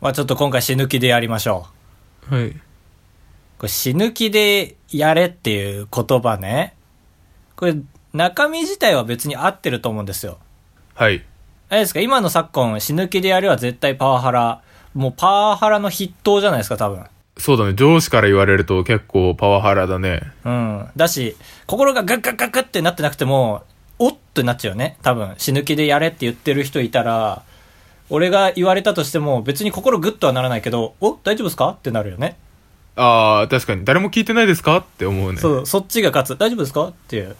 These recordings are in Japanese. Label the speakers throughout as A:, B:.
A: まあちょっと今回死ぬ気でやりましょ
B: はい。
A: う。これ死ぬ気でやれっていう言葉ね。これ中身自体は別に合ってると思うんですよ。
B: はい。
A: あれですか、今の昨今死ぬ気でやれは絶対パワハラ。もうパワハラの筆頭じゃないですか、多分。
B: そうだね。上司から言われると結構パワハラだね。
A: うん。だし、心がガッガッガッガッってなってなくても、おっってなっちゃうよね。多分、死ぬ気でやれって言ってる人いたら、俺が言われたとしても、別に心グッとはならないけど、お大丈夫ですかってなるよね。
B: ああ、確かに。誰も聞いてないですかって思うね。
A: そう、そっちが勝つ。大丈夫ですかって いう。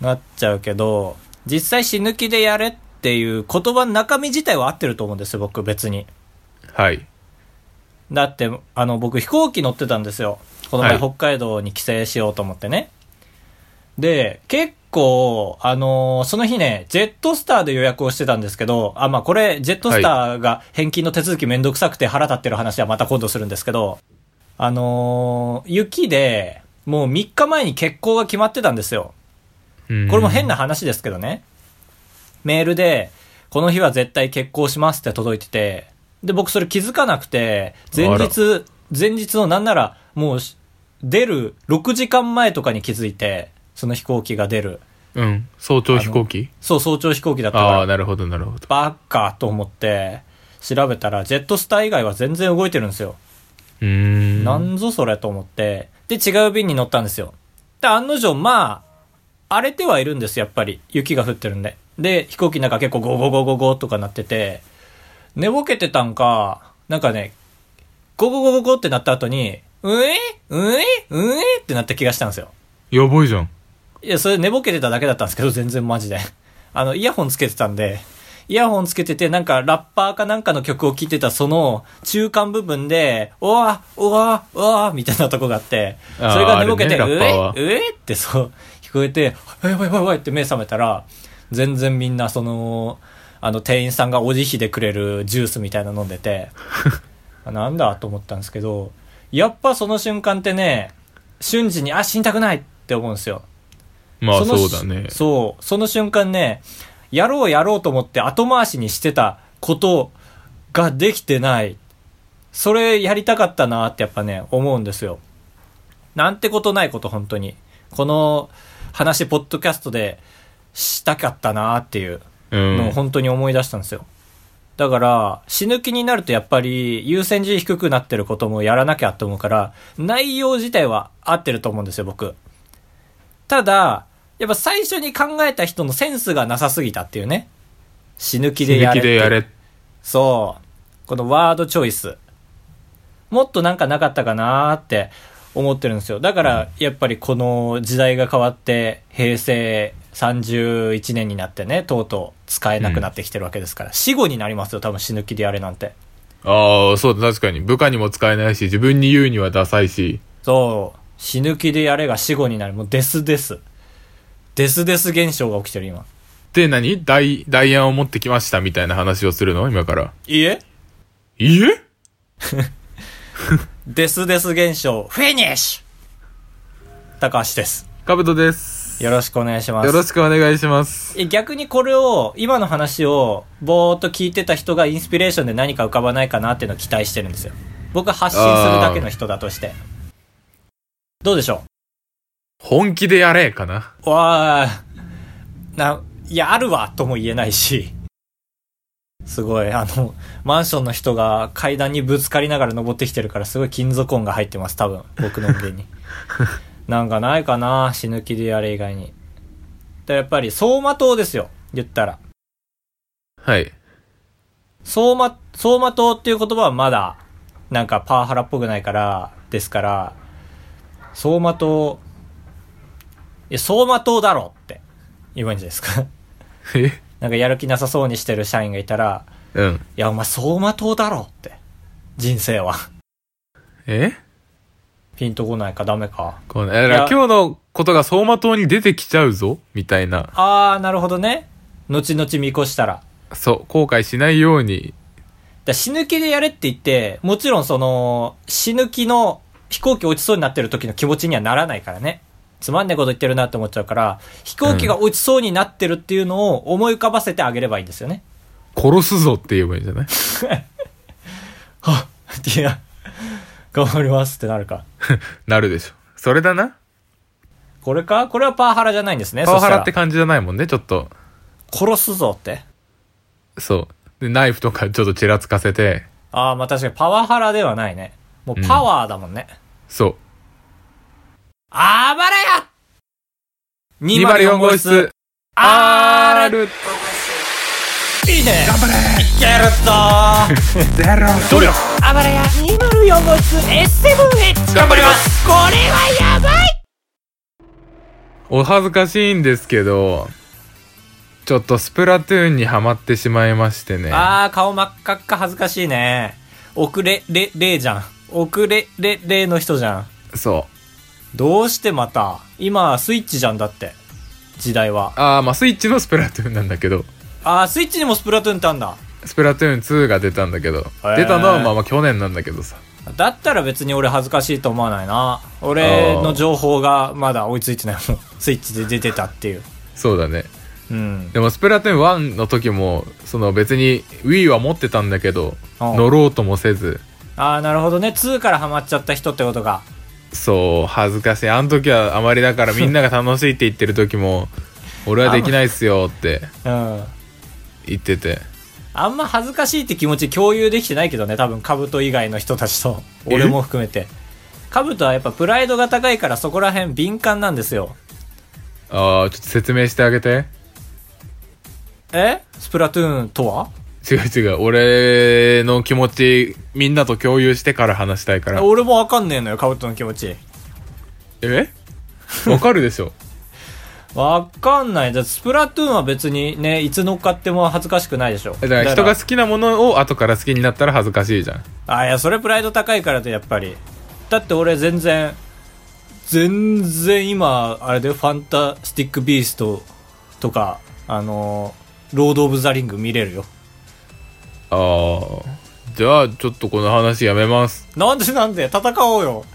A: なっちゃうけど、実際死ぬ気でやれっていう言葉の中身自体は合ってると思うんですよ、僕、別に。
B: はい。
A: だって、あの、僕飛行機乗ってたんですよ。この前、
B: はい
A: 北海道に帰省しようと思ってね。で、結構、あのーその日ね、ジェットスターで予約をしてたんですけど、あ、まあこれ、ジェットスターが返金の手続きめんどくさくて腹立ってる話はまた今度するんですけど、あのー雪で、もう3日前に欠航が決まってたんですよ。
B: うん
A: これも変な。話ですけどね。メールで、この日は絶対結婚しますって届いてて、で、僕それ気づかなくて、前日、前日のなんなら、もうし、出る6時間前とかに気づいて、その飛行機が出る。
B: うん。早朝飛行機
A: そう、早朝飛行機だったから。
B: ああー、なるほど、なるほど。
A: バッカーと思って、調べたら、ジェットスター以外は全然動いてるんですよ。
B: うーん。
A: なんぞそれと思って、で、違う便に乗ったんですよ。で、案の定、まあ、荒れてはいるんです、やっぱり。雪が降ってるんで。で、飛行機の中結構ゴーゴーゴーゴーゴーとかなってて、寝ぼけてたんか、なんかね、ゴーゴーゴーゴーゴーってなった後に、うえうえうえってなった気がしたんですよ。
B: やばいじゃん。
A: いや、それ寝ぼけてただけだったんですけど、全然マジで。 あの、イヤホンつけてたんで、イヤホンつけてて、なんか、ラッパーかなんかの曲を聴いてた、その、中間部分で、おわ、おわ、おわ、みたいなとこがあって、そ
B: あー
A: れが寝ぼけて、
B: あれねラッパーは
A: うえ、うえってそう、聞こえて、あやばいやばいやばいって目覚めたら、全然みんな、その、あの、店員さんがお慈悲でくれるジュースみたいなの飲んで て、あなんだと思ったんですけど、やっぱその瞬間ってね、瞬時に、あ、死にたくないって思うんですよ。
B: まあ、
A: の
B: そうだね。
A: そう。その瞬間ね、やろうやろうと思って後回しにしてたことができてない。それやりたかったなってやっぱね、思うんですよ。なんてことないこと、本当に。この話、ポッドキャストでしたかったなっていう
B: う
A: のを
B: ん。
A: 本当に思い出したんですよ。だから、死ぬ気になるとやっぱり優先順位低くなってることもやらなきゃって思うから、内容自体は合ってると思うんですよ、僕。ただ、やっぱ最初に考えた人のセンスがなさすぎたっていうね。死ぬ気
B: 死
A: で
B: ぬ
A: やれっ
B: 気
A: て
B: でやれ。
A: そう。このワードチョイス。もっとなんかなかったかなーって思ってるんですよ。だから、やっぱりこの時代が変わって、平成31年になってね、とうとう使えなくなってきてるわけですから、死後になりますよ、多分死ぬ気でやれなんて。
B: ああ、そうだ、確かに。部下にも使えないし、自分に言うにはダサいし。
A: そう。死ぬ気でやれが死後になる。もうデスデス。デスデス現象が起きてる今。
B: で、何代、代案を持ってきましたみたいな話をするの今から。
A: いいえ
B: いいえ
A: デスデス現象、フィニッシュ高橋です。
B: かぶとです。
A: よろしくお願いします。
B: よろしくお願いします。
A: え逆にこれを今の話をぼーっと聞いてた人がインスピレーションで何か浮かばないかなっていうのを期待してるんですよ僕は発信するだけの人だとしてどうでしょ
B: 本気でやれかな
A: うわあないやあるわとも言えないしすごいあのマンションの人が階段にぶつかりながら登ってきてるからすごい金属音が入ってます多分僕の音源になんかないかな死ぬ気でやれ以外にでやっぱり走馬灯ですよ言ったら
B: はい。
A: 相馬、相馬灯っていう言葉はまだ、なんかパワハラっぽくないから、ですから、相馬灯、いや、相馬灯だろって言えばいいんじゃないですか。
B: え
A: なんかやる気なさそうにしてる社員がいたら、
B: うん。
A: いや、お前相馬灯だろって。人生は。
B: え
A: ピンとこないかダメか。
B: この、え
A: いや
B: 今日のことが相馬灯に出てきちゃうぞみたいな。
A: あー、なるほどね。後々見越したら。
B: そう、後悔しないように。
A: だ死ぬ気でやれって言って、もちろんその、死ぬ気の飛行機落ちそうになってる時の気持ちにはならないからね。つまんねえこと言ってるなって思っちゃうから、飛行機が落ちそうになってるっていうのを思い浮かばせてあげればいいんですよね。
B: 殺すぞって言えばいいんじゃない
A: はっっていう、頑張りますってなるか。
B: なるでしょ。それだな。
A: これかこれはパワハラじゃないんですね。
B: パワハラって
A: そした
B: 感じじゃないもんね、ちょっと。
A: ら殺すぞって。
B: そう。で、ナイフとかちょっとちらつかせて、
A: ああ、まあ確かにパワハラではないね。もうパワーだもんね。
B: そ
A: あばらや
B: う。204
A: !204
B: 号
A: 号
B: 室
A: 室、、
B: R!
A: R!
B: る
A: いいね
C: 頑張れ
A: いけるぞー
C: ゼロ
B: どれだ
A: あばらや204号室 S7H!
B: 頑張ります
A: これはやばい
B: お恥ずかしいんですけど、ちょっとスプラトゥーンにハマってしまいましてね。
A: あー、顔真っ赤っか恥ずかしいね。遅れ、れ、れじゃん。遅れ、れ、れの人じゃん。
B: そ
A: どうしてまた今、スイッチじゃんだって。時代は
B: う。。あー、まあスイッチのスプラトゥーンなんだけど、
A: あー、スイッチにもスプラトゥーンってあんだ。
B: スプラトゥーン2が出たんだけど、
A: ー
B: 出たのはまあまあ去年なんだけどさ。
A: だったら別に俺恥ずかしいと思わないな。俺の情報がまだ追いついてないもん。スイッチで出てたっていう。
B: そうだね。
A: うん。
B: でもスプラトゥーン1の時も、その別に Wii は持ってたんだけど、
A: うん
B: 乗ろうともせず、
A: あー、なるほどね。2からハマっちゃった人ってことか。
B: そう、恥ずかしい。あの時はあまりだからみんなが楽しいって言ってる時も、俺はできないっすよって
A: うん。
B: 言ってて。
A: あんま恥ずかしいって気持ち共有できてないけどね、多分、カブト以外の人たちと、
B: え
A: 俺も含めて。カブトはやっぱプライドが高いからそこら辺敏感なんですよ。
B: ああ、ちょっと説明してあげて。
A: えスプラトゥーンとは
B: 違う違う。俺の気持ち、みんなと共有してから話したいから。
A: 俺もわかんねえのよ、カブトの気持ち。
B: えわかるでしょ
A: わかんない。じゃあスプラトゥーンは別にね、いつ乗っかっても恥ずかしくないでしょ。
B: だから人が好きなものを後から好きになったら恥ずかしいじゃん。
A: あ、いや、それプライド高いからで、やっぱり。だって俺全然、全然今、あれでファンタスティックビーストとか、あのーロード・オブ・ザ・リング見れるよ。
B: ああ。じゃあ、ちょっとこの話やめます。
A: なんでなんで戦おうよ。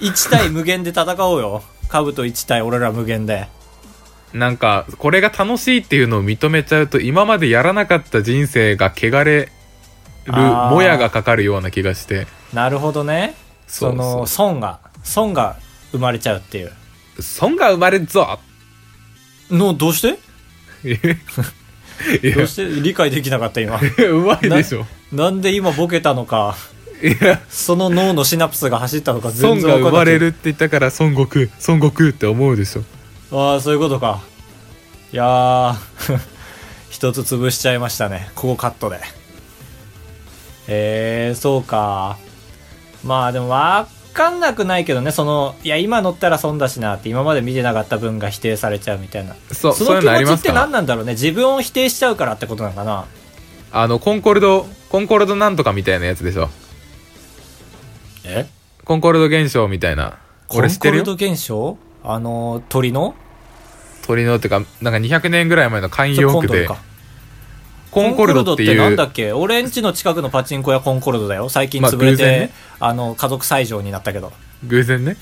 A: 1対無限で戦おうよ。カブと1対俺ら無限で。
B: なんか、これが楽しいっていうのを認めちゃうと、今までやらなかった人生が汚れる、
A: あー
B: もやがかかるような気がして。
A: なるほどね。
B: そ
A: そう
B: そう
A: の、損が、損が生まれちゃうっていう。
B: 損が生まれる ぞ
A: の、どうして
B: いや
A: どうして理解できなかった 今。
B: うまいでしょ。
A: なんで今ボケたのか、
B: いや、
A: その脳のシナプスが走ったのか
B: 孫
A: 全然
B: が
A: わか
B: 生
A: んな
B: ま
A: い。
B: れるって言ったから孫悟空、孫悟空って思うでしょ。
A: ああそういうことかいやー 一つ潰しちゃいましたねここカットでえー、そうかまあでもわかんなくないけどねそのいや今乗ったら損だしなって今まで見てなかった分が否定されちゃうみたいな
B: そう、
A: そ
B: そ
A: の
B: ういう
A: 気
B: のあ
A: 持
B: り
A: ち
B: ま
A: っ
B: す
A: て何
B: か
A: なんだろうね自分を否定しちゃうからってことなのかな
B: あの、コンコルド、コンコルドなんとかみたいなやつでしょ。
A: え
B: コンコルド現象みたいな。
A: コ
B: これ
A: ン
B: 知っ
A: コ
B: てる
A: ル
B: よ
A: ド現象あのー鳥の
B: 鳥のってか、なんか200年ぐらい前の慣
A: ちょ
B: 用句で
A: 今度か。
B: コンコルドってい
A: コンコルドってな
B: うん
A: だ、っけ俺んちの近くのパチンコ屋コンコルドだよ。最近
B: まあ
A: 潰れ
B: 偶
A: て、
B: 然ね
A: あの、家族最上になったけど。
B: 偶然ね。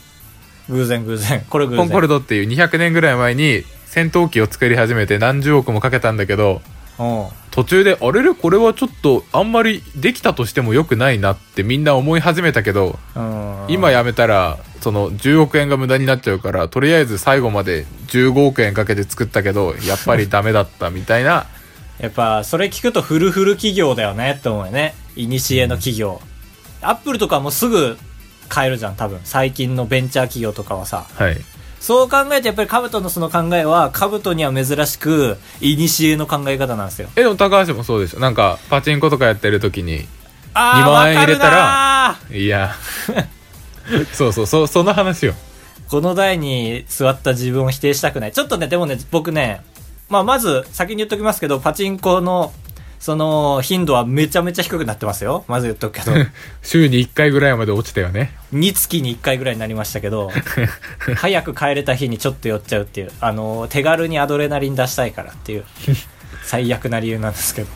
A: 偶然偶然。これ偶
B: コ
A: 然。
B: ンコルドっていう200年ぐらい前に戦闘機を作り始めて何十億もかけたんだけど、
A: うん。
B: 途中で、あれれこれはちょっとあんまりできたとしても良くないなってみんな思い始めたけど、
A: うん、
B: 今やめたら、その10億円が無駄になっちゃうから、とりあえず最後まで15億円かけて作ったけど、やっぱりダメだったみたいな、
A: やっぱそれ聞くと古古企業だよねって思うよねいにしえの企業アップルとかもすぐ買えるじゃん多分最近のベンチャー企業とかはさ
B: はい。
A: そう考えてやっぱりカブトのその考えはカブトには珍しくいにしえの考え方なんですよ
B: え、でも高橋もそうでしょなんか、パチンコとかやってる時に、
A: あ
B: 2
A: あ
B: 万
A: わ
B: 円
A: か
B: 入れ
A: る
B: たら
A: ない
B: や、 そうそう、そ、その話よ。
A: ーこの台に座った自分を否定したくないちょっとねでもね僕ね、まあ、まず先に言っときますけどパチンコのその頻度はめちゃめちゃ低くなってますよまず言っとくけど
B: 週に1回ぐらいまで落ちたよね。
A: 2月に1回ぐらいになりましたけど早く帰れた日にちょっと寄っちゃうっていうあの手軽にアドレナリン出したいからっていう最悪な理由なんですけど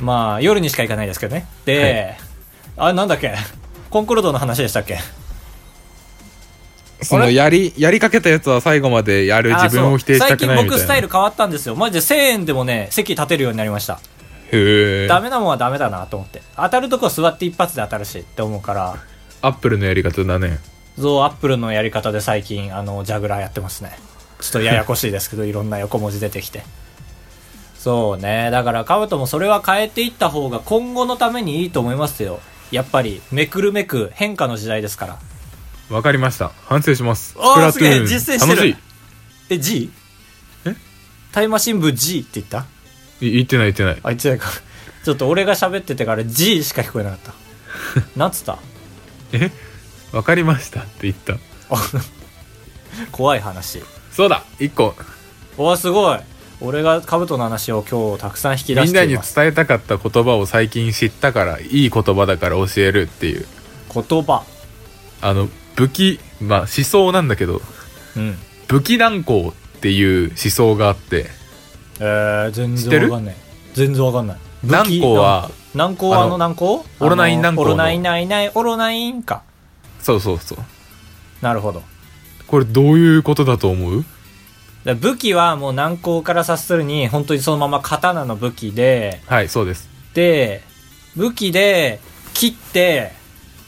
A: まあ夜にしか行かないですけどねで、あなんだっけコンコルドの話でしたっけ
B: その、やり、やりかけたやつは最後までやる
A: あ
B: 自分を否定したくない
A: そう最近
B: み
A: 僕ス
B: た
A: タイ
B: いな
A: ル。変わったんですよマジで1000円でもね席立てるようになりました
B: へえ
A: ダメなもんはダメだなと思って当たるとこ座って一発で当たるしって思うから
B: アップルのやり方だね
A: そうアップルのやり方で最近あのジャグラーやってますねちょっとややこしいですけどいろんな横文字出てきてそうねだからカブトもそれは変えていった方が今後のためにいいと思いますよやっぱりめくるめく変化の時代ですから
B: わかりました反省します
A: おー
B: スプラトゥーン
A: すげえ実践してる
B: 楽し
A: え G?
B: え
A: タイマシン部 G って言った
B: いい言ってない言ってない
A: あいつやか ちょっと俺が喋っててから G しか聞こえなかったなんつった
B: えわかりましたって言った
A: 怖い話
B: そうだ一個
A: おーすごい俺がカブトの話を今日たくさん引き出
B: みん
A: し
B: な
A: て
B: に
A: い
B: 伝
A: ます
B: えたかった言葉を最近知ったからいい言葉だから教えるっていう
A: 言葉
B: あの武器まあ思想なんだけど
A: うん
B: 武器難攻っていう思想があって
A: えー、全
B: 知って
A: 然
B: る
A: わかんない全然わかんない
B: 難攻は
A: 難攻はあ
B: あ
A: の
B: の
A: 難攻
B: オロナイン軟
A: コ
B: 膏
A: オ
B: の
A: ロナインないないオロナインか
B: そうそうそう
A: なるほど
B: これどういうことだと思う
A: だから武器はもう難攻から察するに本当にそのまま刀の武器で
B: はいそうです、
A: で武器で切って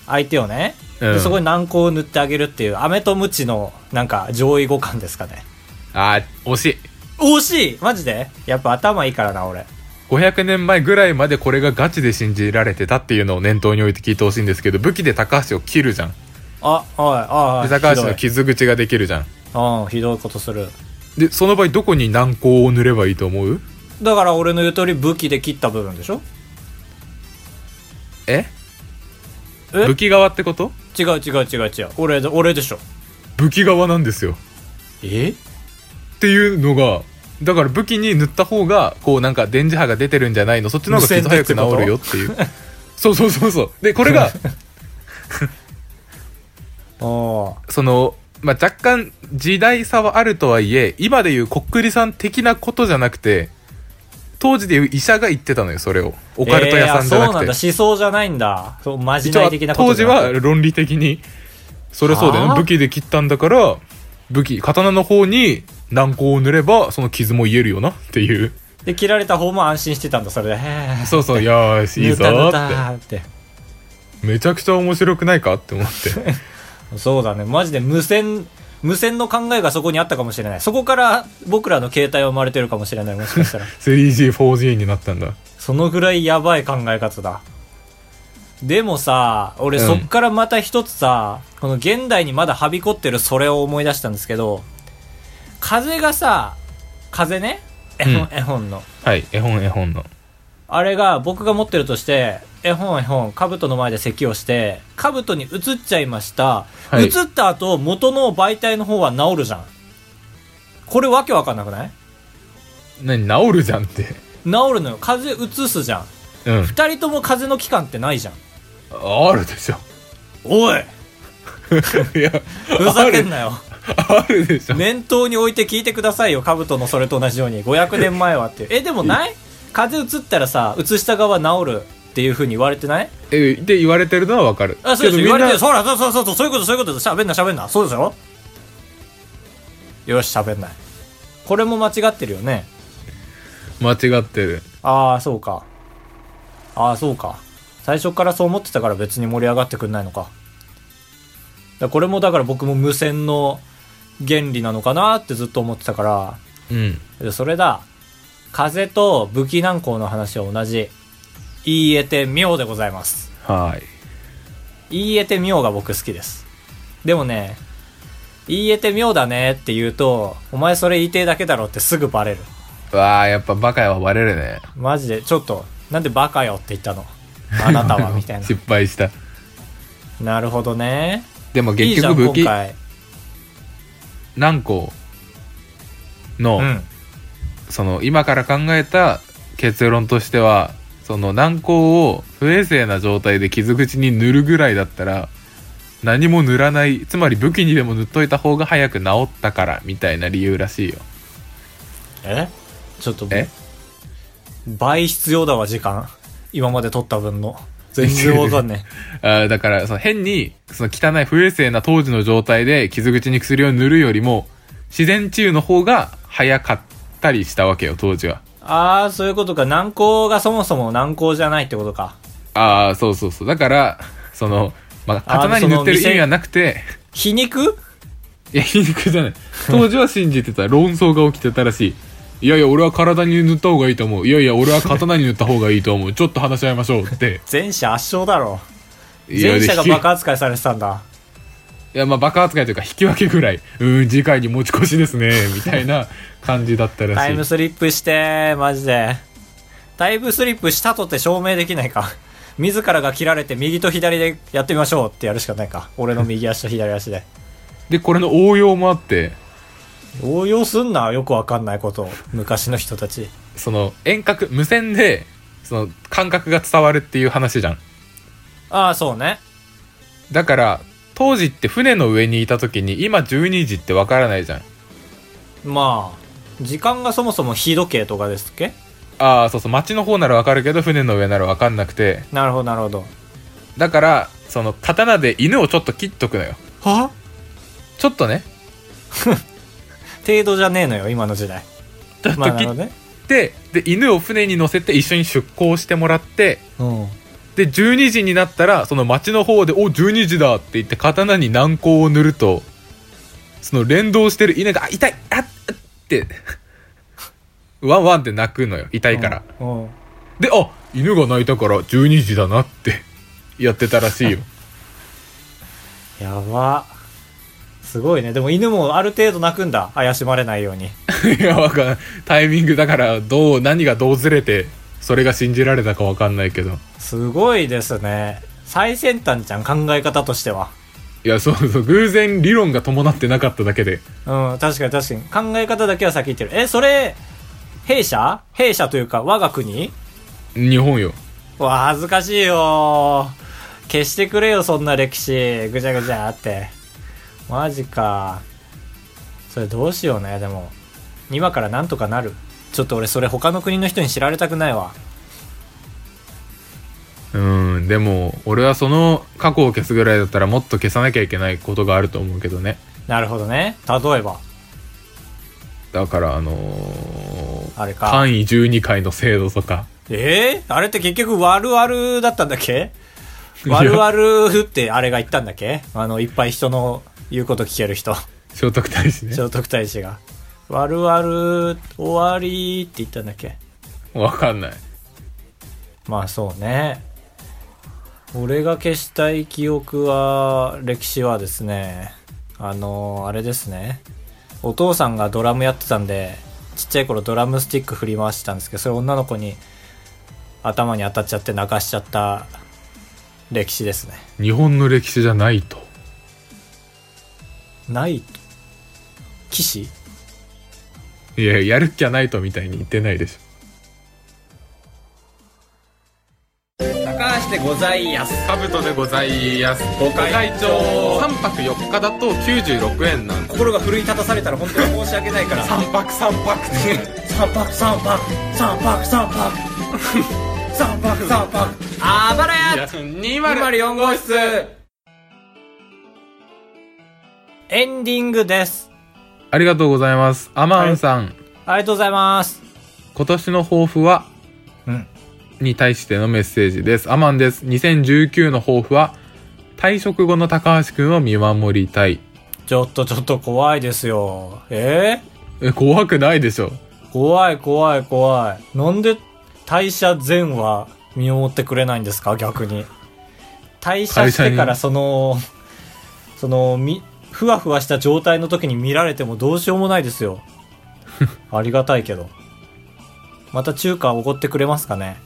A: 相手をね、
B: う
A: で
B: ん、
A: そこに軟膏を塗ってあげるっていう飴とムチのなんか上位互換ですかね
B: あー惜しい
A: 惜しいマジでやっぱ頭いいからな俺
B: 500年前ぐらいまでこれがガチで信じられてたっていうのを念頭に置いて聞いてほしいんですけど武器で高橋を切るじゃん
A: あおいおいお
B: で
A: い
B: 高橋の
A: ひ
B: 傷口ができるじゃん
A: どいうんひどいことする
B: でその場合どこに軟膏を塗ればいいと思う
A: だから俺の言う通り武器で切った部分でしょ
B: え
A: え
B: 武器側ってこと
A: 違う違う違う違う俺で俺でしょ
B: 武器側なんですよ
A: え
B: っていうのがだから武器に塗った方がこうなんか電磁波が出てるんじゃないのそっちの方が傷早く治るよっていうそうそうそうそうでこれが
A: おー
B: その、まあ、若干時代差はあるとはいえ今でいうこっくりさん的なことじゃなくて当時でいう医者が言ってたのよそれをオカルト屋さんじゃ
A: えーあそうなんだ
B: なくて、
A: 思想じゃないんだそうまじ
B: 一
A: ない
B: 応
A: 的なこと
B: 当時
A: じゃなく
B: は論理的にそれそうだよ
A: はあ
B: ね武器で切ったんだから武器刀の方に軟膏を塗ればその傷も癒えるよなっていう
A: で切られた方も安心してたんだそれでへー
B: そ うそうよーしいいぞ
A: 塗
B: ー
A: っ
B: った
A: 塗っ
B: て
A: たって
B: めちゃくちゃ面白くないかって思って
A: そうだねマジで無線無線の考えがそこにあったかもしれないそこから僕らの携帯は生まれてるかもしれないもしか したら
B: 3G4G になったんだ
A: そのぐらいやばい考え方だでもさ俺
B: うん
A: そっからまた一つさ、この現代にまだはびこってるそれを思い出したんですけど風がさ風ね絵本,、
B: うん
A: 絵本の
B: はい絵本絵本の
A: あれが僕が持ってるとして絵本絵本兜の前で咳をして兜に移っちゃいました、
B: はい
A: 移った後元の媒体の方は治るじゃんこれわけわかんなくない
B: 何治るじゃんって
A: 治るのよ風邪移すじゃん
B: うん
A: 二人とも風邪の期間ってないじゃん
B: あるでしょ
A: おい
B: いや
A: ふざけんなよ
B: あるでしょ、
A: 念頭に置いて聞いてくださいよ兜のそれと同じように500年前はっていうえでもない風邪移ったらさ移した側治るっていうふうに言われてない
B: えで言われてるのはわかる
A: あそうでしょ
B: け
A: 言
B: ど
A: わ
B: みんな
A: れてるそうだそうそうそうそうそういうことそういうことしゃべんなしゃべんなそうでしょよししゃべんないこれも間違ってるよね
B: 間違ってる
A: ああそうかああそうか最初からそう思ってたから別に盛り上がってくんないのかだこれもだから僕も無線の原理なのかなってずっと思ってたから
B: うん
A: でそれだ風と武器難航の話は同じ言えて妙でございます
B: はい
A: 言えて妙が僕好きです。でもね、言えて妙だねって言うと、お前それ言いてえだけだろってすぐバレる。
B: わあやっぱバカやはバレるね
A: マジで、ちょっと、なんでバカよって言ったのあなたは、みたいな
B: 失。敗した
A: なるほどね。
B: でも
A: いい
B: 結
A: じゃん、
B: 局
A: 今
B: 武器
A: 回。
B: 何個の、
A: うん。
B: その今から考えた結論としてはその軟膏を不衛生な状態で傷口に塗るぐらいだったら何も塗らないつまり武器にでも塗っといた方が早く治ったからみたいな理由らしいよ
A: えちょっと、
B: え
A: 倍必要だわ、時間。今まで取った分の。全然 わかんね
B: あーだからその変にその汚い不衛生な当時の状態で傷口に薬を塗るよりも自然治癒の方が早かったりしたわけよ当時は
A: え。ああ、そういうことか。軟膏がそもそも軟膏じゃないってことか。
B: ああそうそうそうだからその、まあ、
A: あー
B: 刀に塗ってる
A: そ
B: 意
A: の
B: 味はなくて
A: 皮肉
B: いや皮肉じゃない当時は信じてた論争が起きてたらしいいやいや俺は体に塗った方がいいと思ういやいや俺は刀に塗った方がいいと思うちょっと話し合いましょうって
A: 前者圧勝だろ。
B: いや
A: 前
B: で
A: 者が
B: 引き
A: バカ扱いされてたんだ。
B: いやまあバカ扱いというか引き分けぐらいうーん次回に持ち越しですねみたいな感じだったら
A: タ
B: し
A: イ
B: い
A: ムスリップして、マジで。タイムスリップしたとって証明できないか。 自らが切られて右と左でやってみましょうってやるしかないか。俺の右足と左足 で。
B: でこれの応用もあって
A: 応用すんな、よくわかんないことを。昔の人たち。
B: その遠隔無線でその感覚が伝わるっていう話じゃん
A: ああ、そうね。
B: だから当時って船の上にいた時に今12時ってわからないじゃん
A: まあ、時間がそもそも日時計とかですっけ
B: ああそうそう町の方ならわかるけど船の上ならわかんなくて
A: なるほど、なるほど。
B: だからその刀で犬をちょっと切っとくのよ
A: は
B: ちょっとね
A: 程度じゃねえのよ、今の時代。
B: ちょっと
A: まあ、な
B: 切
A: る
B: っ
A: ほどね。
B: て、で犬を船に乗せて一緒に出港してもらって
A: うん。
B: で12時になったらその町の方で「お12時だ」って言って刀に軟膏を塗るとその連動してる犬が「あ痛いあっ!」って ワンワンって鳴くのよ痛いから、
A: うん。うん
B: であ犬が鳴いたから12時だなってやってたらし いよ
A: やば。すごいね。でも犬もある程度泣くんだ。怪しまれないように。
B: いやわかんないタイミングだからどう何がどうずれてそれが信じられたかわかんないけど
A: すごいですね。最先端じゃん、考え方としては。
B: いやそうそう偶然理論が伴ってなかっただけで
A: うん、確かに確かに。考え方だけは先言ってる。え、それ、弊社弊社というか、我が国
B: 日本よ
A: わ、恥ずかしいよ。消してくれよ、そんな歴史。ぐちゃぐちゃって。マジか。それどうしようね、でも。今からなんとかなる。ちょっと俺、それ他の国の人に知られたくないわ。
B: うんでも俺はその過去を消すぐらいだったらもっと消さなきゃいけないことがあると思うけどね
A: なるほどね。例えば、
B: だからあのー、
A: あれか。
B: 単位12回の制度とか
A: えー、あれって結局、わるわるだったんだっけ
B: いや
A: わるわるってあれが言ったんだっけあの、いっぱい人の言うこと聞ける人。
B: 聖徳太子ね
A: 聖徳太子が。わるわる、終わりって言ったんだっけ
B: わかんない
A: まあそうね。俺が消したい記憶は、歴史はですね、あの、あれですね。お父さんがドラムやってたんで、ちっちゃい頃ドラムスティック振り回してたんですけど、それ女の子に頭に当たっちゃって泣かしちゃった歴史ですね。
B: 日本の歴史じゃないと
A: ない騎士
B: いややるっきゃないとみたいに言ってないでし
A: 高橋でございやす。
B: ょかぶとでございやすご
A: 会長
B: 3泊4日だと96円なんで
A: 心が奮い立たされたら本当に申し訳ないから。
B: 3泊3泊
A: 三泊三泊三泊三泊三泊三泊あばらや
B: 204号室
A: エンディングです
B: ありがとうございますアマンさん、
A: ありがとうございます
B: 今年の抱負は
A: うん
B: に対してのメッセージです。アマンです。2019の抱負は、退職後の高橋くんを見守りたい。
A: ちょっとちょっと怖いですよえ
B: え、怖くないでしょ。
A: ー、怖い怖い怖いなんで退社前は見守ってくれないんですか逆に退社してから
B: 会社に
A: そのそのみふわふわした状態の時に見られてもどうしようもないです よありがたいけどまた中華おごってくれますかね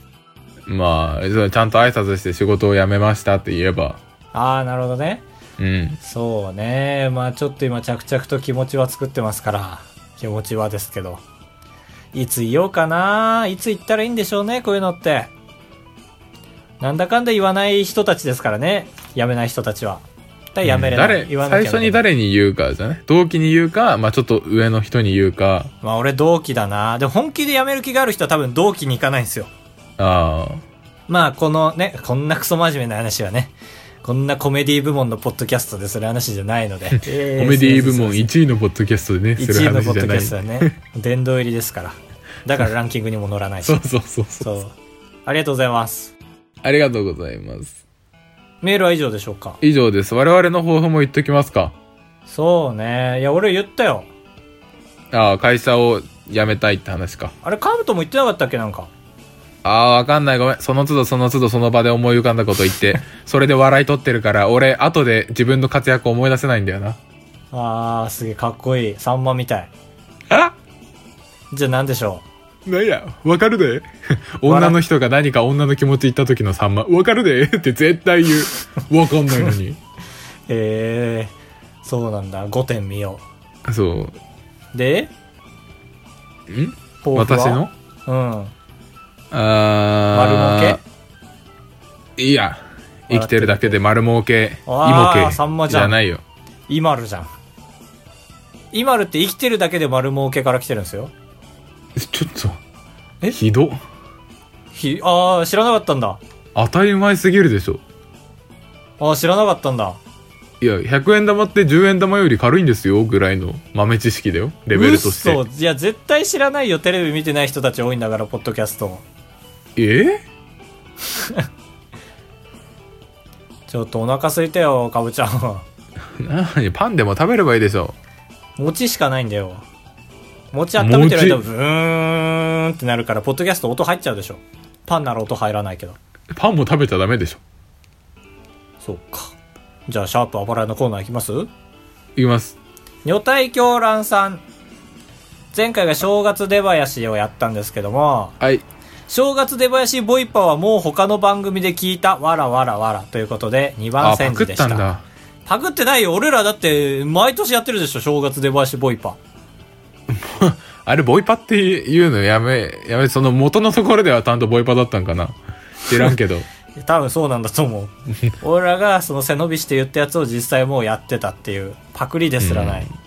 B: まあ、そうちゃんと挨拶して仕事を辞めましたって言えば。
A: ああ、なるほどね。
B: うん。
A: そうね。まあちょっと今着々と気持ちは作ってますから、気持ちはですけど。いつ言おうかな。いつ言ったらいいんでしょうね、こういうのって。なんだかんだ言わない人たちですからね。辞めない人たちは。だから辞めれない。
B: 誰、
A: 言わなきゃ
B: 最初に誰に言うかじゃね。同期に言うか、まあちょっと上の人に言うか。
A: まあ俺同期だな。でも本気で辞める気がある人は多分同期に行かないんですよ。
B: ああ。
A: まあこのね、こんなクソ真面目な話はね。こんなコメディ部門のポッドキャストでする話じゃないの で。コメ
B: コメディ部門1位のポッドキャストでね、す
A: 1
B: る
A: 位のポッ
B: 話じゃ
A: ドキ
B: ない
A: ャス。トだね殿堂入りですからだからランキングにも乗らないし
B: そうそうそうそう。
A: そうありがとうございます
B: ありがとうございます。
A: メールは以上でしょうか
B: 以上です。我々の方法も言っときますか。
A: そうねいや俺言ったよ
B: ああ、会社を辞めたいって話か。
A: あれカブトも言ってなかったっけなんか
B: ああ、わかんない。ごめん。その都度その都度その場で思い浮かんだこと言 って、それで笑い取ってるから、俺、後で自分の活躍を思い出せないんだよな。
A: あーすげえかっこいいサンマみたい
B: あ
A: じゃあ何でしょ
B: なんや、わかるで。女の人が何か女の気持ち言った時のさんま、わかるでって絶対言う。わかんないの に。
A: うえー、そうなんだ5点見よ
B: そう
A: で
B: う。ん
A: 抱負は
B: 私の
A: うん
B: あー
A: 丸儲
B: いや生きてるだけで丸儲けイモ
A: あー
B: ケ
A: さんまじ
B: じ
A: ゃん
B: ゃないよ
A: イマルじゃんイマルって生きてるだけで丸儲けから来てるんですよ
B: ちょっと
A: え
B: ひど
A: ひああ知らなかったんだ
B: 当たり前すぎるでしょ
A: ああ知らなかったんだ
B: いや100円玉って10円玉より軽いんですよぐらいの豆知識だよレベルとして
A: うっそいや絶対知らないよテレビ見てない人たち多いんだからポッドキャスト
B: え
A: ちょっとお腹空いたよかぶちゃん
B: なにパンでも食べればいいでしょ
A: 餅しかないんだよ餅温めてる間ブーンってなるからポッドキャスト音入っちゃうでしょパンなら音入らないけど
B: パンも食べちゃダメでしょ
A: そうかじゃあシャープあばらのコーナーいきます
B: いきます
A: 女体狂乱さん前回が正月出囃子をやったんですけども
B: はい
A: 正月出囃子ボイパはもう他の番組で聞いたわらわらわらということで2番
B: あ
A: 煎
B: パ
A: じ
B: ク
A: で
B: っ
A: したた
B: んだ
A: パクってないよ俺らだって毎年やってるでしょ正月出囃子ボイパ
B: あれボイパって言うのやめやめその元のところではちゃんとボイパだったんかな知らん けど
A: 多分そうなんだと 思う俺らがその背伸びして言ったやつを実際もうやってたっていうパクリですらない、
B: うん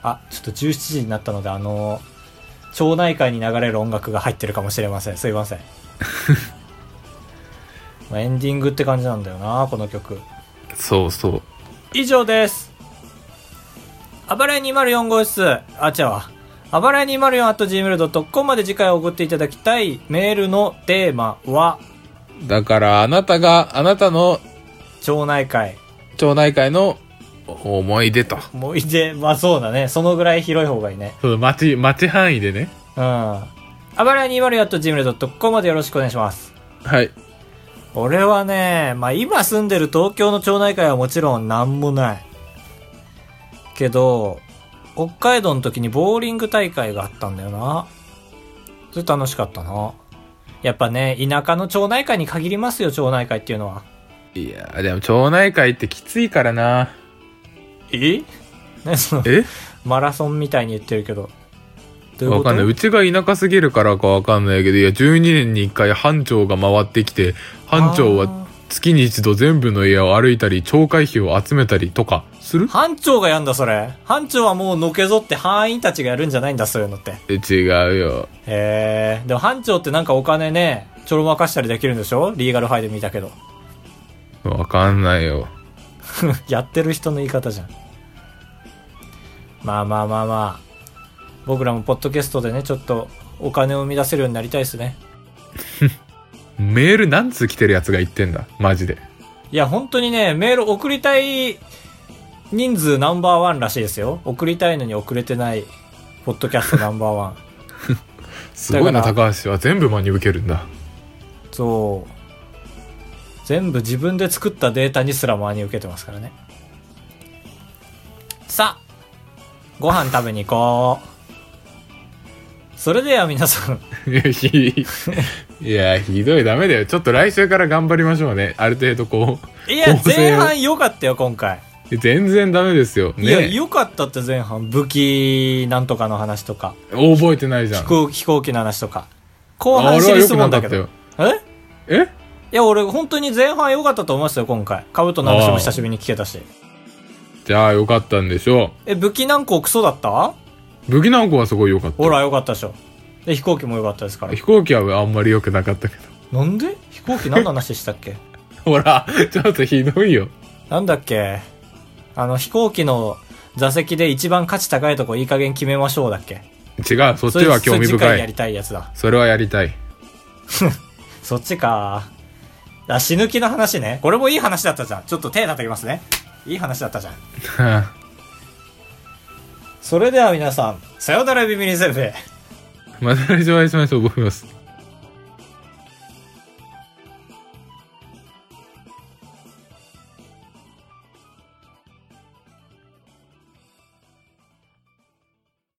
A: あちょっと17時になったのであの町内会に流れる音楽が入ってるかもしれませんすいません まあエンディングって感じなんだよなこの曲
B: そうそう
A: 以上ですあばらや204号室あ違うわあばらや 204.gmail.com まで次回送っていただきたいメールのテーマは
B: だからあなたがあなたの
A: 町内会
B: 町内会の思い出と
A: もういで、まあそうだね。そのぐらい広い方がいいね。
B: そう町町範囲でね
A: うん。あばらや 204.gmail.com までよろしくお願いします。
B: はい
A: 俺はね、まあ今住んでる東京の町内会はもちろんなんもない。けど、北海道の時にボーリング大会があったんだよな。それ楽しかったな。やっぱね、田舎の町内会に限りますよ、町内会っていうのは。
B: いやーでも町内会ってきついからな
A: えね、その、
B: え
A: マラソンみたいに言ってるけど。どういう
B: わ
A: こと
B: かんないうちが田舎すぎるからかわかんないけどいや12年に1回班長が回ってきて班長
A: あ
B: は
A: ー
B: 月に一度全部の家を歩いたり町会費を集めたりとかする
A: 班長がやんだそれ班長はもうのけぞって班員たちがやるんじゃないんだそういうのって
B: え違うよ
A: へえでも班長ってなんかお金ねちょろまかしたりできるんでしょリーガルハイで見たけど
B: わかんないよ
A: やってる人の言い方じゃんまあまあまあまあ僕らもポッドキャストでねちょっとお金を生み出せるようになりたいですね
B: メール何通来てるやつが言ってんだマジで
A: いや本当にねメール送りたい人数ナンバーワンらしいですよ送りたいのに送れてないポッドキャストナンバーワン
B: すごいな
A: だ
B: 高橋は全部真に受けるんだ
A: そう全部自分で作ったデータにすら真に受けてますからねさあご飯食べに行こうそれでは皆さん
B: いやひいやひどいダメだよちょっと来週から頑張りましょうねある程度こ
A: い や
B: 構成
A: 前
B: を
A: 半良かったよ今回、
B: う全然ダメですよ
A: いや
B: ね
A: 良かったって前半武器なんとかの話とか
B: 覚えてないじゃ
A: 飛
B: ん
A: 行飛行機の話とか後
B: あ
A: 半
B: れ
A: シ
B: は
A: リ
B: 良
A: ス
B: く
A: もん
B: な
A: だ
B: か
A: け
B: った
A: ど
B: よ
A: え
B: え
A: いや俺本当に前半良かったと思いますよ今回カブトの話も久しぶりに聞けたし
B: じゃあ良かったんでしょ
A: え武器何個クソだった
B: う武器南光はすごい良かった
A: ほら、良かったでしょ。で、飛行機も良かったですから
B: 飛。行機はあんまり良くなかったけど
A: なんで飛行機何の話したっけ
B: ほらちょっとひどいよ
A: なんだっけあの、飛行機の座席で一番価値高いとこいい加減決めましょうだっけ
B: 違うそっちは興味
A: そっちか
B: 深
A: や
B: い
A: りたいやつだ。
B: それはやりたい
A: そっちか。あ、死ぬ気の話ね。これもいい話だったじゃん。ちょっと手叩きますね。いい話だったじゃん。それでは皆さん、さよならビビリ先生。
B: また来週お会いしましょう思います